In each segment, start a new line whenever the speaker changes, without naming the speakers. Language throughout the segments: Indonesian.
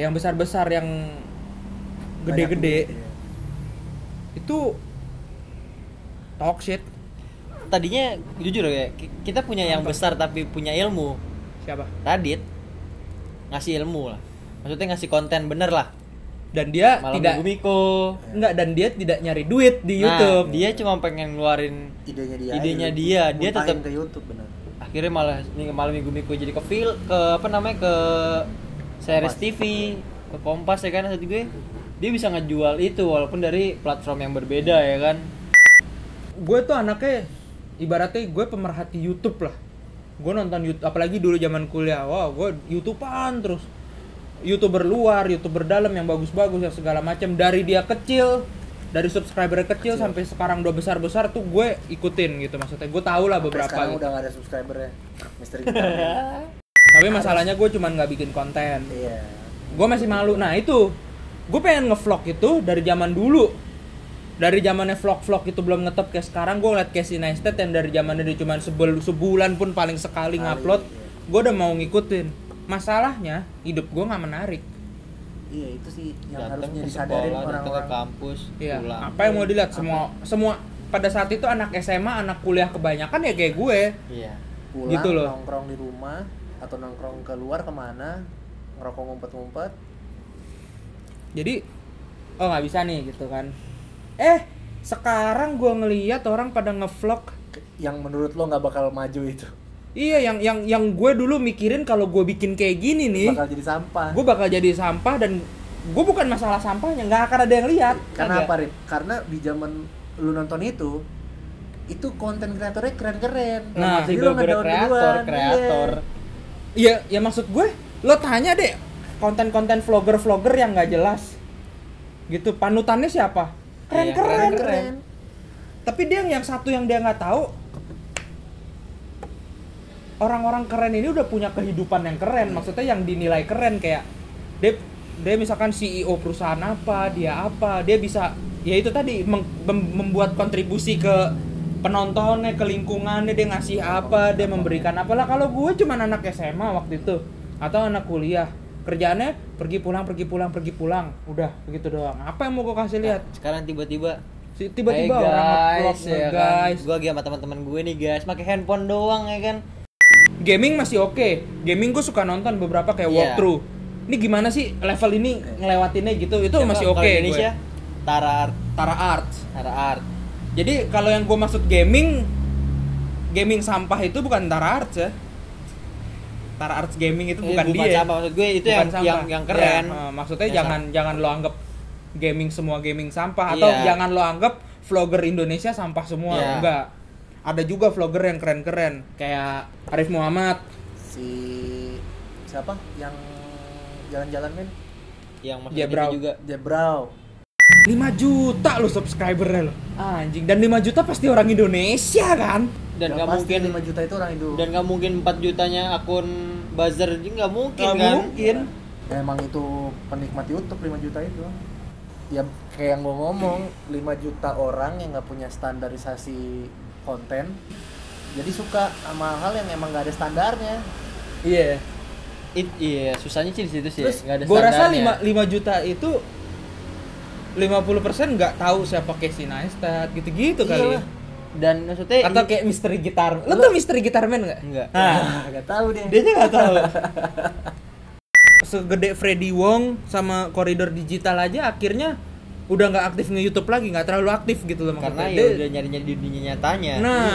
yang besar besar yang gede-gede itu talk shit
Tadinya jujur ya, ki- kita punya yang besar tapi punya ilmu.
siapa
Radit ngasih ilmu lah. Maksudnya ngasih konten bener lah.
dan dia
Malam
tidak
Minggu Miko.
enggak dan dia tidak nyari duit di
Nah,
YouTube
dia cuma pengen ngeluarin
idenya dia
Idenya
aja.
dia, dia
Muntahin
tetap-
ke YouTube benar
akhirnya malah nih malam minggu minggu jadi ke fil ke apa namanya ke series
Kompas.
TV ke Kompas ya kan maksud gue dia bisa ngejual itu walaupun dari platform yang berbeda ya kan
gue tuh anaknya ibaratnya gue pemerhati YouTube lah gue nonton YouTube apalagi dulu zaman kuliah wow gue YouTubean terus youtuber luar youtuber dalam yang bagus-bagus yang segala macam dari dia kecil dari subscriber kecil, sampai sekarang udah besar besar tuh gue ikutin gitu maksudnya gue tau lah
Sampai
beberapa
sekarang
gitu.
udah gak ada subscribernya misteri gitar ya.
tapi masalahnya gue cuman nggak bikin konten
iya
gue masih malu nah itu gue pengen ngevlog itu dari zaman dulu dari zamannya vlog-vlog itu belum ngetop kayak sekarang gue ngeliat Casey Neistat yang dari zamannya dia cuma sebel- sebulan pun paling sekali
Sekali,
ngupload
iya.
gue udah mau ngikutin masalahnya hidup gue nggak menarik
iya itu sih yang
datang
harusnya
ke
disadarin
sekolah datang ke
orang-orang
kampus
Iya.
pulang
apa yang mau dilihat semua semua pada saat itu anak SMA anak kuliah kebanyakan ya kayak gue
iya
pulang
Gitu loh.
nongkrong di rumah atau nongkrong keluar kemana ngerokok ngumpet-ngumpet
jadi oh nggak bisa nih gitu kan eh sekarang gue ngeliat orang pada ngevlog
Ke- yang menurut lo nggak bakal maju itu
Iya, yang yang yang gue dulu mikirin kalau gue bikin kayak gini nih,
bakal jadi sampah
gue bakal jadi sampah dan gue bukan masalah sampahnya, nggak akan ada yang lihat.
karena
Kagak.
apa Rip? karena di zaman lu nonton itu itu konten kreatornya keren-keren
Nah,
Jadi lo
masih gue
ngedown
kreator
duluan,
kreator
Iya,
iya.
ya maksud gue, lo tanya deh konten-konten vlogger-vlogger yang nggak jelas, gitu. Panutannya siapa?
Iya,
Keren-keren.
keren-keren
Tapi dia yang yang satu yang dia nggak tahu, orang-orang keren ini udah punya kehidupan yang keren. Maksudnya yang dinilai keren kayak dia dia misalkan CEO perusahaan apa, dia apa, dia bisa ya itu tadi meng- mem- membuat kontribusi ke penontonnya, ke lingkungannya, dia ngasih apa, dia memberikan apalah. Kalau gue cuman anak SMA waktu itu atau anak kuliah, kerjaannya pergi pulang, pergi pulang, pergi pulang, udah begitu doang. Apa yang mau gue kasih lihat?
Nah, sekarang tiba-tiba
Si- Tiba-tiba
hey
orang
guys,
nge-vlog,
ya kan?
guys.
gue lagi sama teman-teman gue nih guys pakai handphone doang ya kan
gaming masih oke gaming gue suka nonton beberapa kayak
Iya.
walkthrough ini gimana sih level ini ngelewatinnya gitu itu
Ya,
masih
kalau
oke gue.
Indonesia Tara Art
Tara Arts
Tara Art
jadi kalau yang gue maksud gaming gaming sampah itu bukan Tara Arts ya Tara Arts gaming itu
Eh,
bukan, dia
sampah, maksud gue itu
Bukan
yang,
sampah.
yang yang keren Ya,
Iya, eh, maksudnya
Yang
jangan jangan lo anggap gaming semua gaming sampah atau
Iya.
jangan lo anggap vlogger Indonesia sampah semua
Iya.
enggak ada juga vlogger yang keren-keren kayak Arif Muhammad
si siapa yang jalan-jalan men
yang
Dia
maksudnya
brow.
gitu juga
Jebrau
5 juta lo subscribernya lo
Ah,
anjing dan 5 juta pasti orang Indonesia kan
dan
Udah
nggak
pasti
mungkin
5 juta itu orang Indo
dan nggak mungkin 4 jutanya akun buzzer juga nggak mungkin
Nggak
kan
mungkin.
Ya, emang itu penikmat YouTube 5 juta itu ya kayak yang gue ngomong 5 juta orang yang nggak punya standarisasi konten jadi suka sama hal yang emang nggak ada standarnya
iya
It- iya susahnya sih di situ sih
terus
nggak ada
gue rasa 5,
standarnya.
5 juta itu 50% nggak tahu siapa Casey Neistat gitu-gitu kali ya.
Iyalah.
Iya. dan maksudnya
atau kayak misteri gitar lo tuh misteri gitar man nggak?
Nggak.
Nah,
Ah, nggak tahu deh
dia aja nggak tahu segede Freddy Wong sama koridor digital aja akhirnya udah nggak aktif nge YouTube lagi nggak terlalu aktif gitu loh
karena
maksudnya.
ya
Dia-
udah Iya. nyari nyari di dunia nyatanya
Nah,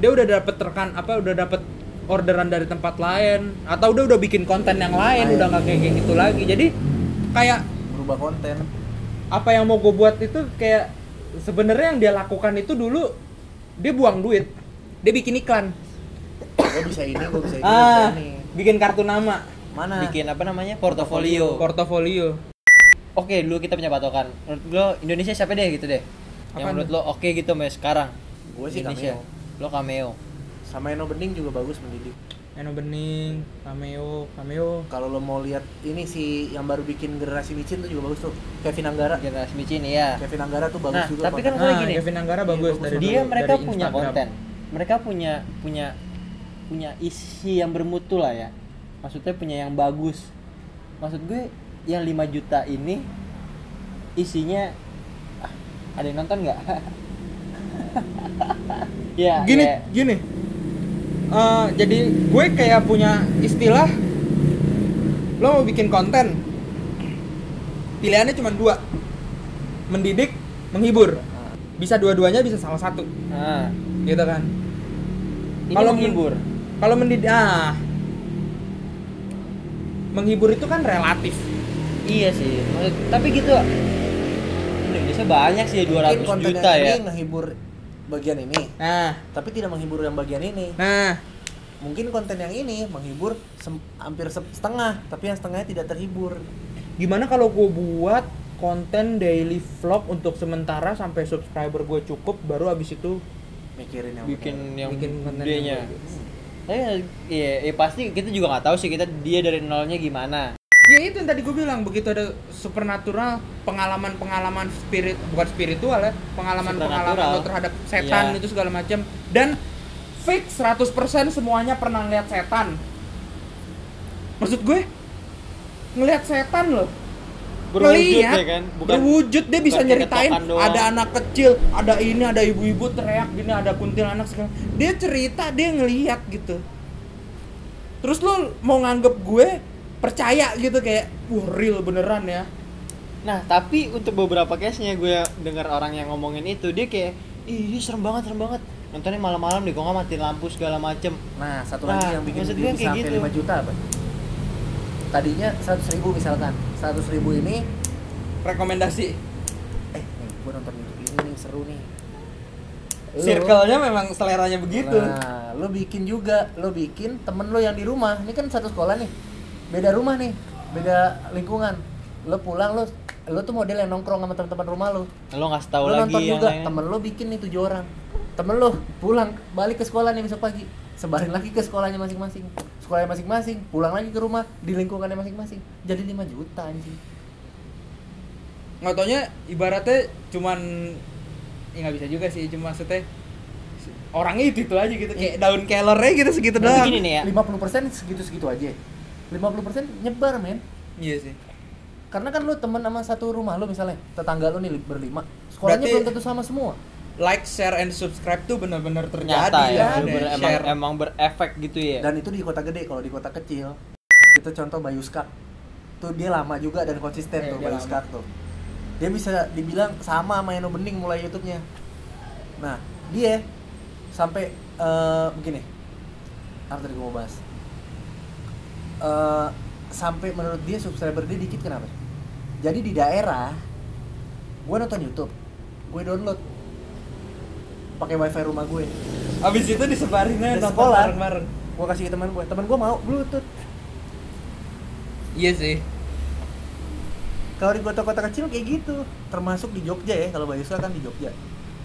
dia udah dapat rekan apa udah dapat orderan dari tempat lain atau udah udah bikin konten yang lain udah nggak kayak kayak gitu lagi. Jadi kayak
berubah konten
apa yang mau gue buat itu kayak sebenarnya yang dia lakukan itu dulu dia buang duit, dia bikin iklan,
gue bisa ini gue bisa ini, gua
ah
bisa ini
bikin kartu nama,
mana
bikin apa namanya portofolio
portofolio.
oke dulu kita punya patokan menurut lo Indonesia siapa deh gitu deh yang
Apaan
menurut lo oke gitu mas sekarang
Gua sih
lo cameo
sama Eno Bening juga bagus mendidik
Eno Bening, cameo, cameo.
kalau lo mau lihat ini si yang baru bikin generasi micin tuh juga bagus tuh Kevin Anggara
generasi micin ya
Kevin Anggara tuh bagus
Nah,
juga
tapi kan
konten.
Maksudnya
Nah,
gini, Iya,
Kevin Anggara bagus dari
dia
dulu,
mereka
dari
punya
Instagram.
konten mereka punya punya punya isi yang bermutu lah ya maksudnya punya yang bagus maksud gue yang 5 juta ini isinya ah, ada yang nonton nggak? ya,
gini
ya.
gini Eh, jadi gue kayak punya istilah lo mau bikin konten pilihannya cuma dua mendidik menghibur bisa dua-duanya bisa salah satu
Ah,
gitu kan
ini
Kalau
menghibur.
kalau mendidik ah menghibur itu kan relatif
Iya sih. Maksud- tapi gitu Indonesia banyak sih
Mungkin
200
konten
kan juta
yang
ya.
ini menghibur bagian ini,
nah
tapi tidak menghibur yang bagian ini.
nah
Mungkin konten yang ini menghibur sem- hampir se- setengah, tapi yang setengahnya tidak terhibur.
gimana kalau gue buat konten daily vlog untuk sementara sampai subscriber gue cukup baru abis itu
Mikirin yang
Bikin yang
bikin konten yang
gedenya.
bagus.
Tapi iya, iya, pasti kita juga nggak tahu sih kita dia dari nolnya gimana.
ya itu yang tadi gue bilang begitu ada supernatural pengalaman pengalaman spirit bukan spiritual ya pengalaman pengalaman lo
Supernatural.
terhadap setan
Iya.
itu segala macam dan fake 100% semuanya pernah lihat setan maksud gue ngelihat setan loh
Berwujud
Ngeliat,
ya kan?
berwujud dia bisa
bukan
nyeritain
ketokan doang.
ada anak kecil ada ini ada ibu-ibu teriak gini ada kuntilanak segala dia cerita dia ngeliat gitu terus lo mau nganggep gue percaya gitu kayak wah real beneran ya
Nah, tapi untuk beberapa case-nya gue dengar orang yang ngomongin itu, dia kayak, "Ih, ini serem banget, serem banget." Nontonnya malam-malam deh, kok nggak matiin lampu segala macem
Nah, satu
Nah,
lagi yang bikin
maksud
dia
gua
bisa
kayak
sampai
gitu.
5 juta apa? Tadinya 100 ribu misalkan. 100 ribu ini,
rekomendasi
eh nih, gue nonton YouTube ini nih, seru nih. Lu-
circle-nya memang seleranya
Gitu.
begitu
Nah, lo bikin juga, lo bikin temen lo yang di rumah. Ini kan satu sekolah nih, beda rumah nih, beda lingkungan. Lo pulang lo, lo tuh model yang nongkrong sama teman-teman rumah lo.
Lo nggak
lo
tahu lagi
nonton
yang
juga,
lain.
temen lo bikin nih tujuh orang. Temen lo pulang balik ke sekolah nih besok pagi, sebarin lagi ke sekolahnya masing-masing. Sekolahnya masing-masing, pulang lagi ke rumah di lingkungannya masing-masing. Jadi 5 juta anjing.
nggak taunya ibaratnya cuman ya nggak bisa juga sih cuma maksudnya orangnya itu itu aja gitu kayak daun kellernya gitu segitu
Nah,
doang
Tapi gini nih ya.
50% segitu-segitu aja. 50% nyebar, men.
iya sih
Karena kan lu temen sama satu rumah lu misalnya, tetangga lu nih berlima, sekolahnya
Berarti-
belum tentu sama semua.
like, share, and subscribe tuh benar-benar terjadi
Ternyata ya,
ada
bener-bener
yang
emang,
share.
emang berefek gitu
Iya.
ya.
Dan itu di kota gede, kalau di kota kecil kita contoh Bayuskak. Tuh dia lama juga dan konsisten
Iya,
tuh
dia
Bayuskak tuh. Dia bisa dibilang sama sama Eno Bening mulai YouTube-nya. Nah, dia sampai eh, begini. Apa tadi gua mau bahas? Eh, sampai menurut dia subscriber dia dikit kenapa? Jadi di daerah gue nonton YouTube, gue download pakai wifi rumah gue.
Abis itu disebarinnya
Di
nonton
sekolah.
bareng-bareng.
Gue kasih ke teman gue, teman gue mau bluetooth.
Iya sih.
Kalau di kota-kota kecil kayak gitu, termasuk di Jogja ya, kalau Bayusa kan di Jogja.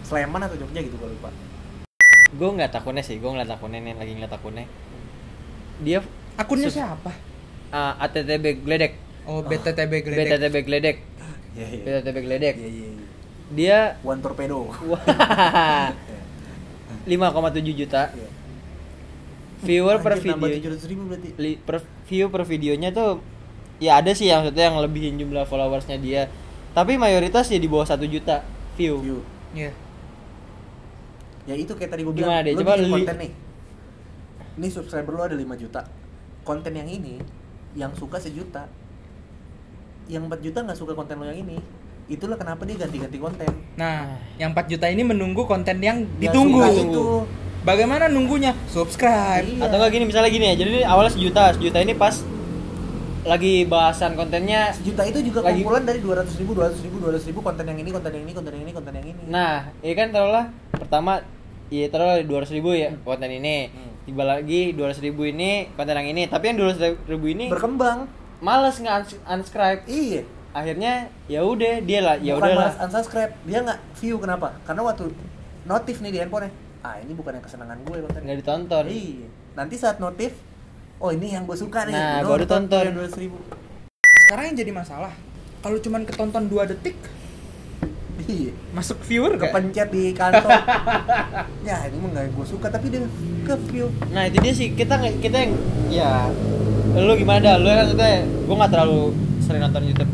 Sleman atau Jogja gitu gue lupa.
Gue nggak akunnya sih, gue ngeliat akunnya nih, lagi ngeliat akunnya. Dia
Akunnya
Sus-
siapa?
ah, ATTB Gledek,
Oh, BTTB Gledek.
BTTB Gledek,
Iya
BTTB Gledek.
Iya iya. iya.
Dia
One torpedo. Iya,
5,7 juta viewer per video.
Tujuh ratus ribu berarti.
li, per view per videonya tuh ya ada sih yang maksudnya yang lebihin jumlah followersnya dia tapi mayoritas ya di bawah satu juta view,
View.
Iya.
Ya itu kayak tadi gue bilang.
Gimana deh,
lu
coba
bikin
li-
konten nih. Ini subscriber lu ada 5 juta. Konten yang ini yang suka sejuta. Yang 4 juta nggak suka konten lo yang ini. Itulah kenapa dia ganti-ganti konten.
Nah, yang 4 juta ini menunggu konten yang
Nggak suka
ditunggu.
suka.
Itu.
Bagaimana nunggunya? Subscribe.
Iya.
atau enggak gini misalnya gini ya jadi awalnya sejuta sejuta ini pas lagi bahasan kontennya
Sejuta itu juga
Lagi-
kumpulan dari 200 ribu, 200 ribu, 200 ribu konten yang ini, konten yang ini, konten yang ini, konten yang ini.
nah ya kan taruhlah pertama ya taruhlah dua ribu ya konten ini
Hmm.
tiba lagi dua ribu ini konten yang ini tapi yang dua ribu ini
berkembang.
males nggak uns- unsubscribe
Iya.
akhirnya ya udah dia lah ya
bukan
udah
malas unsubscribe, dia nggak view kenapa? Karena waktu notif nih di handphone Ah ini bukan yang kesenangan gue konten.
nggak ditonton
Iya. Nanti saat notif, oh ini yang gue suka nih.
Nah,
Gua
baru tonton.
Yang 200 ribu.
Sekarang yang jadi masalah, kalau cuman ketonton 2 detik,
Iya.
masuk viewer nggak?
Kepencet di kantor. ya ini mah nggak gue suka tapi dia ke view.
Nah itu dia sih kita nggak- kita yang ya lu gimana dah lu kan maksudnya gue nggak terlalu sering nonton YouTube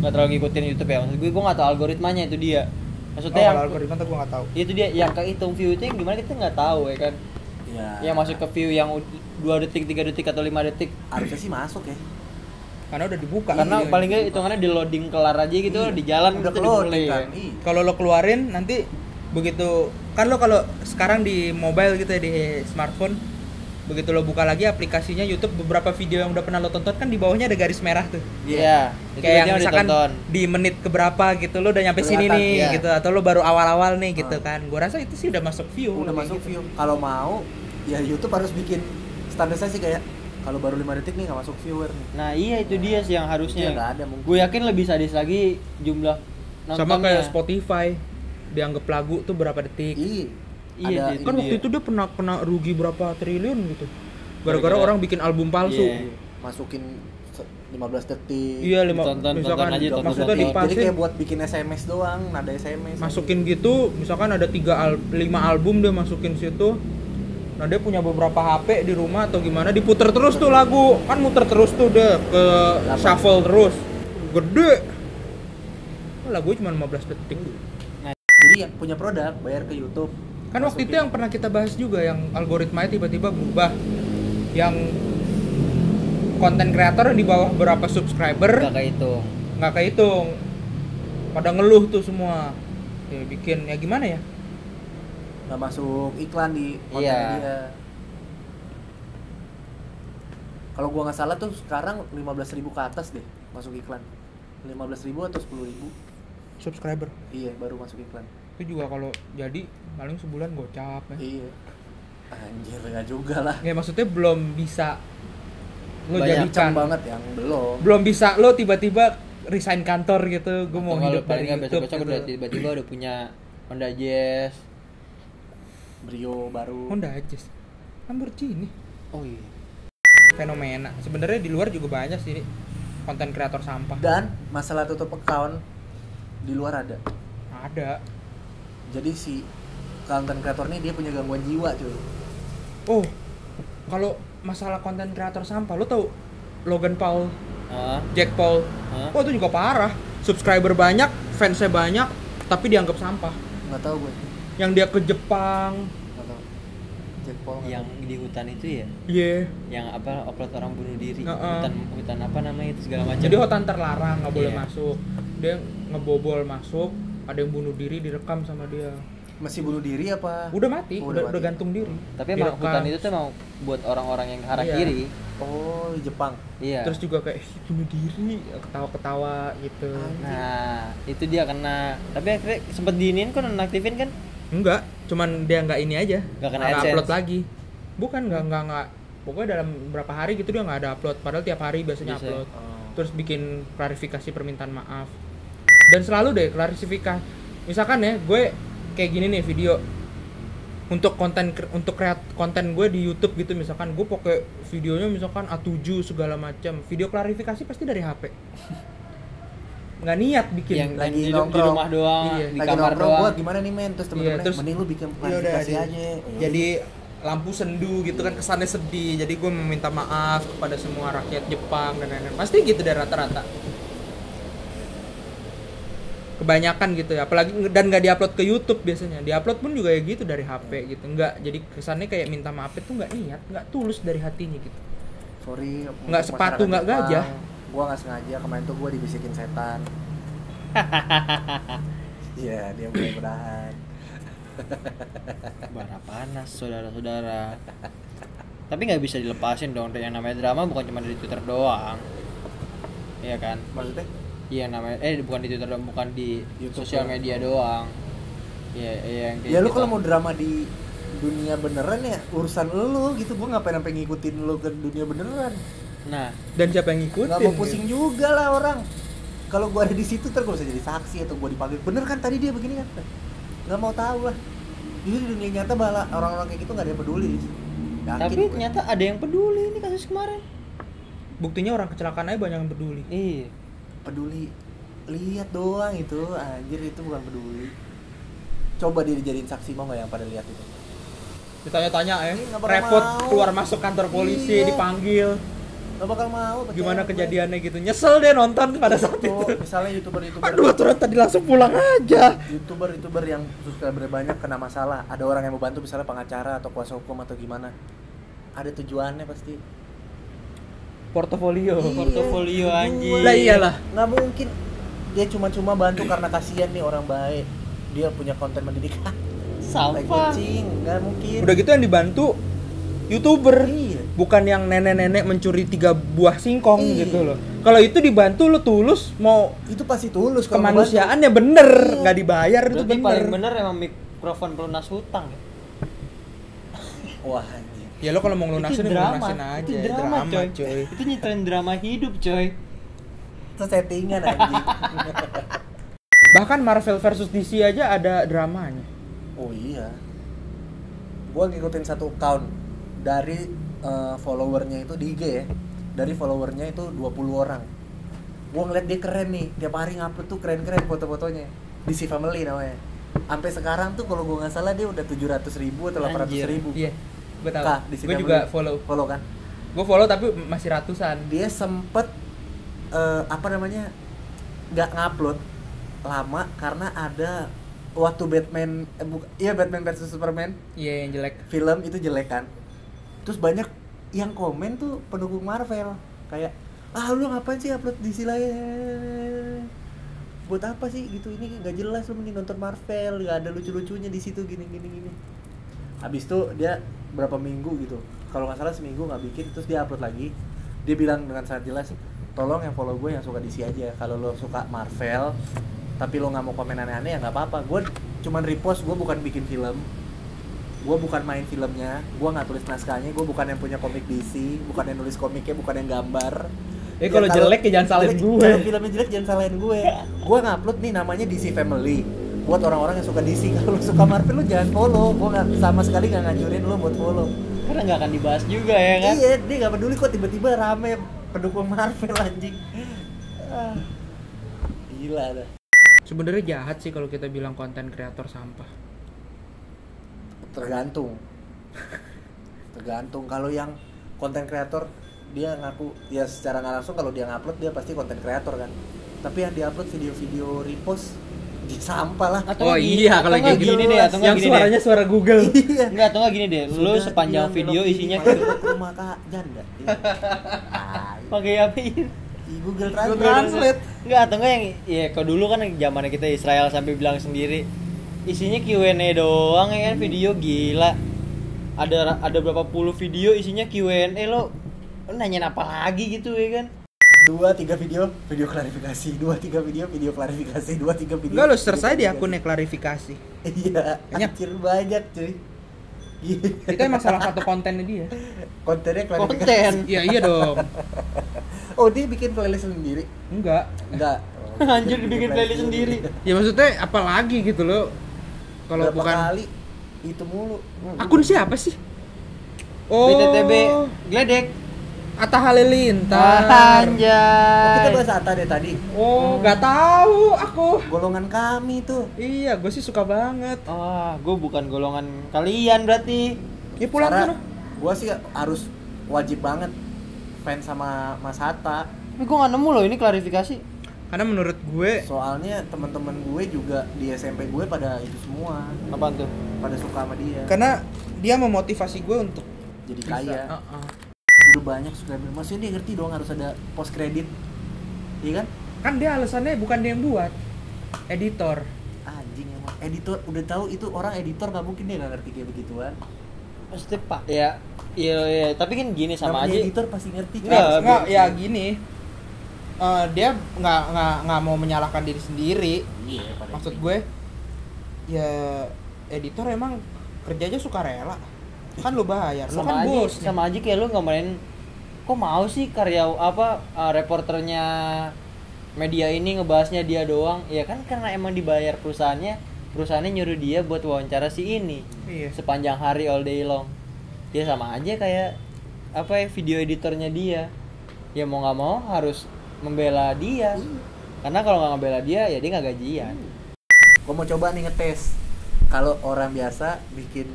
nggak terlalu ngikutin YouTube ya maksud gue gue nggak tahu algoritmanya itu dia
Oh,
maksudnya
Oh,
yang
kalau algoritma tuh gue nggak tahu
itu dia yang kehitung view itu yang gimana kita nggak tahu ya kan yang masuk ke view yang 2 detik 3 detik atau 5 detik
harusnya sih masuk ya
karena udah dibuka
karena
Iya,
paling nggak
dibuka.
hitungannya di loading kelar aja gitu di jalan
Iya. udah
gitu
keluar
dimulai ya.
kan Iya.
kalau lo keluarin nanti begitu kan lo kalau sekarang di mobile gitu ya di smartphone begitu lo buka lagi aplikasinya YouTube beberapa video yang udah pernah lo tonton kan di bawahnya ada garis merah tuh
Iya,
kayak yang
itu biasanya udah
misalkan
ditonton.
di menit keberapa gitu lo udah nyampe sini
Kelihatan,
nih
iya. Ah.
gitu atau lo baru awal-awal nih gitu
Hmm.
kan gua rasa itu sih udah masuk view
udah
kayak
masuk
gitu.
view kalau mau ya YouTube harus bikin standarisasi kayak kalau baru 5 detik nih nggak masuk viewer nih
Nah, iya itu dia sih yang harusnya.
Iya,
Itu yang nggak ada mungkin.
Gue yakin lebih sadis lagi jumlah nontonnya.
sama kayak Spotify dianggap lagu tuh berapa detik
Ih, ada
Iya, sih.
kan
ini
waktu
ya,
itu dia pernah kena rugi berapa triliun gitu gara-gara
Gara-gara-
orang bikin album palsu
Iya.
masukin se- 15 detik
iya lima
Ditonton-tonton
misalkan
aja, tonton-tonton.
maksudnya
Jadi
jadi
dipasin
kayak buat bikin SMS doang nada SMS
masukin gitu misalkan ada tiga al- lima album dia masukin situ nah dia punya beberapa HP di rumah atau gimana diputer terus tuh lagu kan muter terus tuh deh ke shuffle terus gede Oh, lagu cuma 15 detik
jadi yang punya produk bayar ke YouTube
kan waktu itu
masukin.
yang pernah kita bahas juga yang algoritmanya tiba-tiba berubah yang konten kreator di bawah berapa subscriber
Nggak kehitung.
nggak kehitung pada ngeluh tuh semua ya bikin ya gimana ya
nggak masuk iklan di konten
Iya.
dia kalau gua nggak salah tuh sekarang 15.000 ke atas deh masuk iklan 15.000 atau 10.000
subscriber
iya baru masuk iklan
itu juga kalau jadi paling sebulan gocap ya.
iya anjir nggak juga lah
ya maksudnya belum bisa lo
Banyak
jadikan
Kencang banget yang belum
belum bisa lo tiba-tiba resign kantor gitu gue mau
Atau kalau
hidup
paling
dari
nggak
YouTube
besok-besok udah
gitu.
tiba-tiba udah punya Honda Jazz.
Brio baru
Honda aja sih kan bercini
Oh iya.
fenomena sebenarnya di luar juga banyak sih konten kreator sampah
dan masalah tutup account di luar ada
ada
jadi si content creator ini dia punya gangguan jiwa cuy
oh kalau masalah konten kreator sampah lo tau Logan Paul
Heeh.
Jack Paul
Hah?
oh itu juga parah subscriber banyak fansnya banyak tapi dianggap sampah
nggak tahu gue
yang dia ke Jepang
nggak tahu Jack Paul nggak
Yang di hutan itu ya,
Iya.
yang apa upload orang bunuh diri,
Heeh.
hutan hutan apa namanya itu segala macam.
Jadi hutan terlarang nggak boleh
Iya.
masuk. Dia ngebobol masuk, ada yang bunuh diri direkam sama dia.
tahu. masih bunuh diri apa
Udah mati,
Oh,
udah,
udah
udah
mati.
gantung diri.
Tapi emang
Direkam.
hutan itu tuh emang buat orang-orang yang ke arah
Iya.
kiri.
oh Jepang
Iya.
Terus juga kayak "Ih, bunuh diri, ketawa-ketawa gitu.
Nah, itu dia kena. Tapi akhirnya sempet diinin kan nonaktifin kan?
Enggak, cuman dia nggak ini aja.
Nggak kena
Nggak
AdSense.
upload lagi. Bukan nggak nggak nggak. Pokoknya dalam berapa hari gitu dia nggak ada upload. Padahal tiap hari biasanya
Biasanya.
upload.
Oh.
Terus bikin klarifikasi permintaan maaf. Dan selalu deh klarifikasi. Misalkan ya, gue kayak gini nih video untuk konten untuk kreat konten gue di YouTube gitu misalkan gue pakai videonya misalkan A7 segala macam video klarifikasi pasti dari HP nggak niat bikin
Yang, yang
Iya, Lagi
di, di
nongkrong.
rumah doang,
Iya.
di
lagi
kamar
nongkrong
doang.
gua gimana nih men terus temen-temennya
Iya, terus-
mending lu bikin
Ya udah,
klarifikasi
jadi-
aja Eh,
jadi lampu sendu gitu kan kesannya sedih jadi gue meminta maaf kepada semua rakyat Jepang dan lain-lain pasti gitu dari rata-rata kebanyakan gitu ya apalagi dan nggak diupload ke YouTube biasanya diupload pun juga ya gitu dari
Iya.
HP gitu nggak jadi kesannya kayak minta maaf itu nggak niat nggak tulus dari hatinya gitu
sorry
Nggak
untuk
sepatu,
masyarakat
nggak
Jepang,
gajah.
gua nggak sengaja kemarin tuh gua dibisikin setan iya dia mulai berdahan
Bara Eh, panas, saudara-saudara. Tapi nggak bisa dilepasin dong. Yang namanya drama bukan cuma dari Twitter doang. Iya kan?
maksudnya
Iya namanya eh bukan di Twitter doang, bukan di
YouTube
sosial
doang.
media doang. Iya, iya yang kayak
ya lu
gitu.
kita-
kalau mau drama di dunia beneran ya urusan lu gitu gua ngapain sampai ngikutin lu ke dunia beneran
Nah,
dan siapa yang ngikutin
nggak mau
gitu.
pusing juga lah orang kalau gua ada di situ terus gua bisa jadi saksi atau gua dipanggil bener kan tadi dia begini kan nggak mau tahu lah jadi di dunia nyata malah orang-orang kayak gitu nggak ada yang peduli Yakin
tapi
gua.
ternyata ada yang peduli ini kasus kemarin.
buktinya orang kecelakaan aja banyak yang peduli
Iya.
peduli lihat doang itu anjir itu bukan peduli coba dia dijadiin saksi mau nggak yang pada lihat itu
ditanya-tanya ya
Ih, nggak bakal
repot
mau.
keluar masuk kantor polisi
Iya.
dipanggil
Gak bakal mau. percaya
Gimana
gue.
kejadiannya gitu? Nyesel deh nonton pada saat
Tuh,
itu.
Oh, misalnya youtuber-youtuber
Aduh, aturan tadi langsung pulang aja.
youtuber-youtuber yang subscriber banyak kena masalah ada orang yang mau bantu misalnya pengacara atau kuasa hukum atau gimana ada tujuannya pasti
Portofolio.
Iya.
Oh, portofolio anjing.
Lah iyalah.
nggak mungkin dia cuma-cuma bantu karena kasihan nih orang baik dia punya konten pendidikan Tai
Sampah.
kucing nggak mungkin
Udah gitu yang dibantu YouTuber.
Iya.
Bukan yang nenek-nenek mencuri tiga buah singkong
Iya.
gitu loh. Kalau itu dibantu lu tulus mau
itu pasti tulus kalau mau bantu.
kemanusiaannya bener,
Iya.
nggak dibayar itu
Berarti
bener.
paling bener emang mikrofon pelunas hutang ya.
wah anjing
Ya lo kalau mau ngelunasin ya ngelunasin aja.
itu drama, coy.
coy.
Itu nyetren drama hidup, coy.
itu settingan anjing
Bahkan Marvel versus DC aja ada dramanya.
oh iya gua ngikutin satu account dari eh, followernya itu di IG ya dari followernya itu 20 orang gua ngeliat dia keren nih tiap hari ngupload tuh keren-keren foto-fotonya DC Family namanya sampai sekarang tuh kalau gua nggak salah dia udah 700 ribu atau 800
Anjir.
ribu
Iya. Gue tahu.
Kak, DC
Gue
Family.
juga follow.
follow kan
Gue follow tapi masih ratusan.
dia sempet eh, apa namanya nggak ngupload lama karena ada waktu Batman eh, buka- iya Batman versus Superman
Iya yang jelek.
film itu jelek kan terus banyak yang komen tuh pendukung Marvel kayak ah lu ngapain sih upload di sila buat apa sih gitu ini nggak jelas lu mending nonton Marvel nggak ada lucu-lucunya di situ gini gini gini habis itu dia berapa minggu gitu kalau nggak salah seminggu nggak bikin terus dia upload lagi dia bilang dengan sangat jelas tolong yang follow gue yang suka DC aja kalau lo suka Marvel tapi lo nggak mau komen aneh-aneh ya nggak apa-apa gue cuman repost gue bukan bikin film gue bukan main filmnya gue nggak tulis naskahnya gue bukan yang punya komik DC bukan yang nulis komiknya bukan yang gambar
Eh, kalau jelek ya jangan salahin
jelek-
gue.
kalau filmnya jelek jangan salahin gue gue ngupload nih namanya DC Family buat orang-orang yang suka DC kalau lo suka Marvel lo jangan follow gue nggak sama sekali nggak nganjurin lo buat follow
Karena nggak akan dibahas juga ya kan.
iya dia nggak peduli kok tiba-tiba rame pendukung Marvel anjing Ah, gila dah
Sebenarnya jahat sih kalau kita bilang konten kreator sampah.
tergantung tergantung kalau yang konten kreator dia ngaku ya secara nggak langsung kalau dia ngupload dia pasti konten kreator kan tapi yang diupload video-video repost di sampah lah
oh iya kalau
nggak
kayak gitu
gini deh, atau nggak
yang
gini
suaranya
deh.
suara Google.
iya
Enggak, atau nggak gini deh. Lu
Sudah iya,
sepanjang
bilang
video
belok kiri,
isinya
pakai belok rumah kak janda Iya. Tai.
pakai apain?
Ah, di
Google
Google Translate,
Translate.
Enggak, atau enggak yang ya kalau dulu kan zamannya kita Israel sampai bilang sendiri isinya Q&A doang ya kan video gila. Ada ada berapa puluh video isinya Q&A lo lo nanyain apa lagi gitu ya kan?
dua tiga video video klarifikasi dua tiga video video klarifikasi dua tiga video
Enggak lo search
video
aja di
klarifikasi.
akunnya klarifikasi.
iya
Banyak.
anjir banyak cuy Gila.
Itu emang salah satu kontennya dia.
kontennya klarifikasi
Konten.
Iya iya dong.
oh dia bikin playlist sendiri
Enggak.
enggak
Anjir dibikin playlist sendiri.
Ya maksudnya apalagi gitu lo kalau
Berapa
bukan
kali itu mulu
akun siapa sih? Oh,
BTTB Gledek.
Atta Halilintar.
Oh, kita
Anjay.
bahas Atta deh tadi
Oh, nggak tahu aku.
golongan kami tuh
Iya, gue sih suka banget.
Wah, gue Ah, bukan golongan kalian berarti.
Ya pulang
Karena
sana.
gua sih harus wajib banget fans sama Mas Hatta
Tapi gue gak nemu loh ini klarifikasi.
Karena menurut gue
soalnya teman-teman gue juga di SMP gue pada itu semua
Apaan tuh?
pada suka sama dia
karena dia memotivasi gue untuk
jadi
Kan bisa.
kaya
Uh-uh.
udah banyak subscriber maksudnya dia ngerti dong harus ada post kredit iya kan
Kan dia alasannya bukan dia yang buat, editor.
anjing emang editor udah tahu itu orang editor nggak mungkin dia nggak ngerti kayak begituan
Maksudnya pak ya Iya, iya, tapi kan gini sama
Namanya
aja.
editor pasti ngerti kan
Nggak, gitu.
Nggak, nggak, ya gini. Eh, dia nggak nggak nggak mau menyalahkan diri sendiri.
iya pada
Maksud gue ya editor emang kerjanya suka rela. Kan lu bayar, lu
sama
kan
aja,
bos.
sama aja kayak lu nggak main kok mau sih karya apa uh, reporternya media ini ngebahasnya dia doang ya kan karena emang dibayar perusahaannya perusahaannya nyuruh dia buat wawancara si ini
Iya.
sepanjang hari all day long ya sama aja kayak apa ya video editornya dia ya mau nggak mau harus membela dia
Iya.
karena kalau nggak ngebela dia ya dia nggak gajian
gue gitu. mau coba nih ngetes kalau orang biasa bikin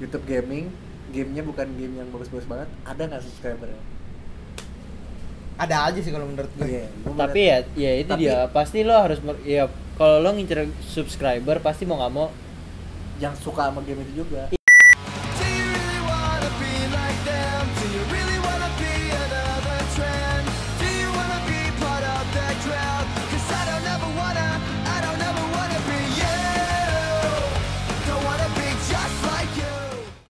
YouTube gaming gamenya bukan game yang bagus-bagus banget ada nggak subscribernya
ada aja sih kalau menurut gue
Iya, gua
tapi
ngeliat-
ya ya itu
Tapi-
dia pasti lo harus mer- ya kalau lo ngincer subscriber pasti mau nggak mau
yang suka sama game itu juga